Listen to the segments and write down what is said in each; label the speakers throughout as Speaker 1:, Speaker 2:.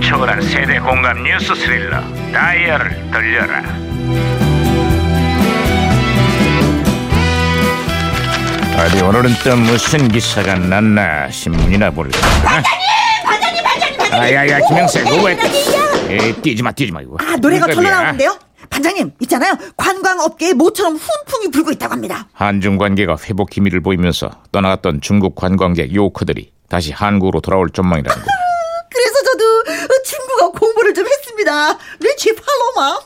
Speaker 1: 초월한 세대 공감 뉴스 스릴러 다이얼을 돌려라 어디 오늘은 또 무슨 기사가 났나 신문이나 볼까 반장님! 반장님! 반장님! 어, 아야야 김영세 그왜 뛰지마 뛰지마 이거 그러니까
Speaker 2: 아 노래가
Speaker 1: 깜깜이야.
Speaker 2: 전화 나오는데요. 반장님 있잖아요. 관광업계에 모처럼 훈풍이 불고 있다고 합니다.
Speaker 1: 한중 관계가 회복 기미를 보이면서 떠나갔던 중국 관광객 요커들이 다시 한국으로 돌아올 전망이라는 거
Speaker 2: 그래서 저도 어, 중국어 공부를 좀 했습니다. 리치 팔로마.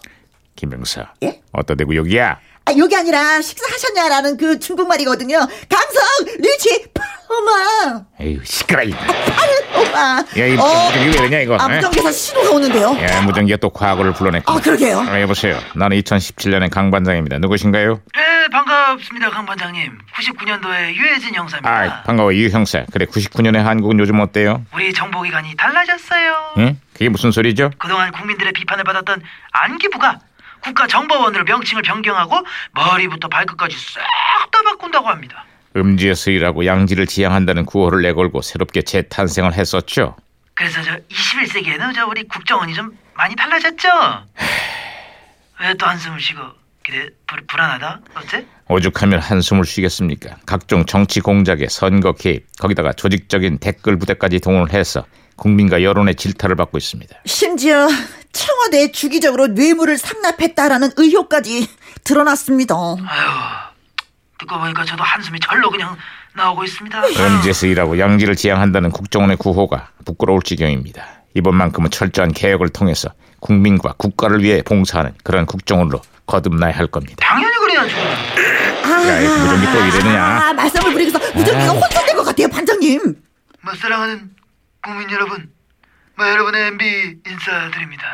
Speaker 1: 김영사
Speaker 2: 예?
Speaker 1: 어따 대고 여기야
Speaker 2: 아 여기 아니라 식사하셨냐라는 그 중국말이거든요. 강성 리치 팔로마.
Speaker 1: 에휴 시끄러 이
Speaker 2: 팔로마.
Speaker 1: 야, 이 무전기 왜 이러냐, 이거. 예?
Speaker 2: 아
Speaker 1: 에?
Speaker 2: 무전기에서 신호가 오는데요.
Speaker 1: 예, 무전기가 또 과거를 불러냈고.
Speaker 2: 아 그러게요.
Speaker 1: 아, 여보세요. 나는 2017년의 강 반장입니다. 누구신가요?
Speaker 3: 네 반갑습니다 강 반장님 99년도에 유해진 형사입니다
Speaker 1: 아, 반가워 유 형사. 그래, 99년의 한국은 요즘 어때요?
Speaker 3: 우리 정보기관이 달라졌어요
Speaker 1: 응? 그게 무슨 소리죠?
Speaker 3: 그동안 국민들의 비판을 받았던 안기부가 국가정보원으로 명칭을 변경하고 머리부터 발끝까지 싹 다 바꾼다고 합니다
Speaker 1: 음지에서 일하고 양지를 지향한다는 구호를 내걸고 새롭게 재탄생을 했었죠.
Speaker 3: 그래서 저 21세기에는 저 우리 국정원이 좀 많이 달라졌죠 왜 또 한숨을 쉬고 그래 불, 불안하다 어째?
Speaker 1: 오죽하면 한숨을 쉬겠습니까? 각종 정치 공작에 선거 개입, 거기다가 조직적인 댓글 부대까지 동원을 해서 국민과 여론의 질타를 받고 있습니다.
Speaker 2: 심지어 청와대에 주기적으로 뇌물을 상납했다라는 의혹까지 드러났습니다.
Speaker 3: 아휴 듣고 보니까 저도 한숨이 절로 그냥 나오고 있습니다
Speaker 1: 음지에서 일하고 양지를 지향한다는 국정원의 구호가 부끄러울 지경입니다. 이번만큼은 철저한 개혁을 통해서 국민과 국가를 위해 봉사하는 그런 국정원으로 거듭나야 할 겁니다.
Speaker 3: 당연히 그래야죠
Speaker 1: 야, 뭐 이 무전기 또 이러느냐?
Speaker 2: 아, 말썽을 부리고서 무전기가 혼선된 것 같아요, 반장님.
Speaker 3: 뭐 사랑하는 국민 여러분, 뭐 여러분의 MB 인사드립니다.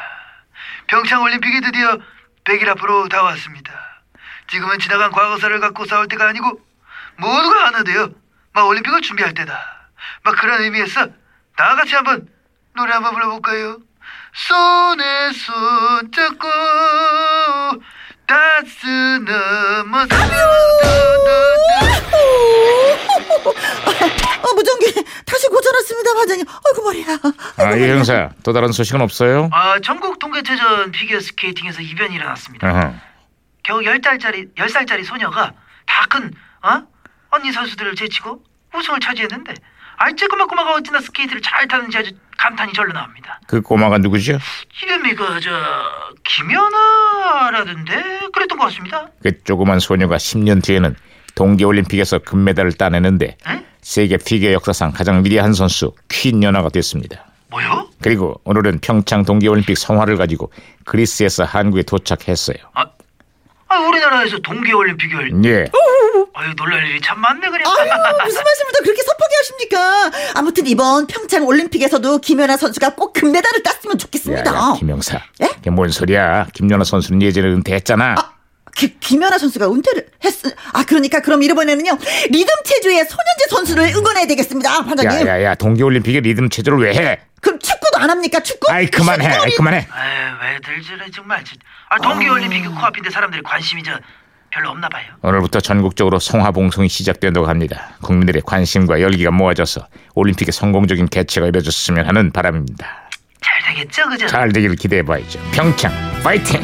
Speaker 3: 평창올림픽이 드디어 100일 앞으로 다가왔습니다. 지금은 지나간 과거사를 갖고 싸울 때가 아니고 모두가 하나 되어 막 올림픽을 준비할 때다. 막 그런 의미에서 다 같이 한번 노래 한번 불러볼까요? 손에 손 잡고 따스넘어
Speaker 2: 어, 무전기 다시 고장났습니다, 반장님. 아이고, 머리야.
Speaker 1: 아, 이 형사, 또 다른 소식은 없어요?
Speaker 3: 아, 전국 동계체전 피겨스케이팅에서 이변이 일어났습니다.
Speaker 1: 어허.
Speaker 3: 겨우 10살짜리, 10살짜리 소녀가 다 큰 어? 언니 선수들을 제치고 우승을 차지했는데 아이 쬐끄마꼬마가 어찌나 스케이트를 잘 타는지 아주 감탄이 절로 나옵니다.
Speaker 1: 그 꼬마가 누구죠?
Speaker 3: 이름이 그저 김연아라던데 그랬던 것 같습니다.
Speaker 1: 그 조그만 소녀가 10년 뒤에는 동계올림픽에서 금메달을 따내는데
Speaker 3: 응?
Speaker 1: 세계 피겨 역사상 가장 위대한 선수 퀸 연하가 됐습니다.
Speaker 3: 뭐요?
Speaker 1: 그리고 오늘은 평창 동계올림픽 성화를 가지고 그리스에서 한국에 도착했어요.
Speaker 3: 아, 아 우리나라에서 동계올림픽이 열...
Speaker 1: 예.
Speaker 3: 아유 놀랄 일이 참 많네 그래.
Speaker 2: 음. 아유, 무슨 말씀을 또 그렇게 섭하게 하십니까? 아무튼 이번 평창 올림픽에서도 김연아 선수가 꼭 금메달을 땄으면 좋겠습니다.
Speaker 1: 야, 야, 김영사.
Speaker 2: 예?
Speaker 1: 이게 뭔 소리야? 김연아 선수는 예전에 은퇴했잖아.
Speaker 2: 아, 기, 김연아 선수가 은퇴를 했, 아, 그러니까 그럼 이번에는요, 리듬 체조의 손현재 선수를 응원해야 되겠습니다, 반장님.
Speaker 1: 야야야, 동계올림픽에 리듬 체조를 왜 해?
Speaker 2: 그럼 축구도 안 합니까, 축구?
Speaker 1: 아이 그만해, 아이 그만해.
Speaker 3: 에이, 왜들 저래 정말. 진- 아 동계올림픽이 코앞인데 사람들이 관심이 저 별로 없나 봐요.
Speaker 1: 오늘부터 전국적으로 성화봉송이 시작된다고 합니다. 국민들의 관심과 열기가 모아져서 올림픽의 성공적인 개최가 이뤄졌으면 하는 바람입니다.
Speaker 3: 잘 되겠죠 그죠?
Speaker 1: 잘 되기를 기대해봐야죠. 평창 파이팅!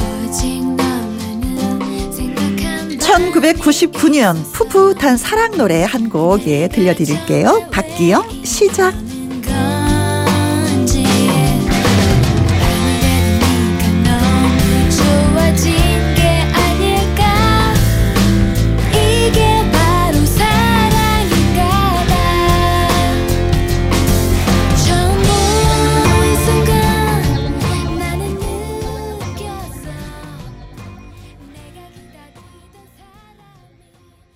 Speaker 4: 오직 너만은 생각한다
Speaker 2: 1999년 풋풋한 사랑 노래 한 곡 예 들려드릴게요. 박기영 시작.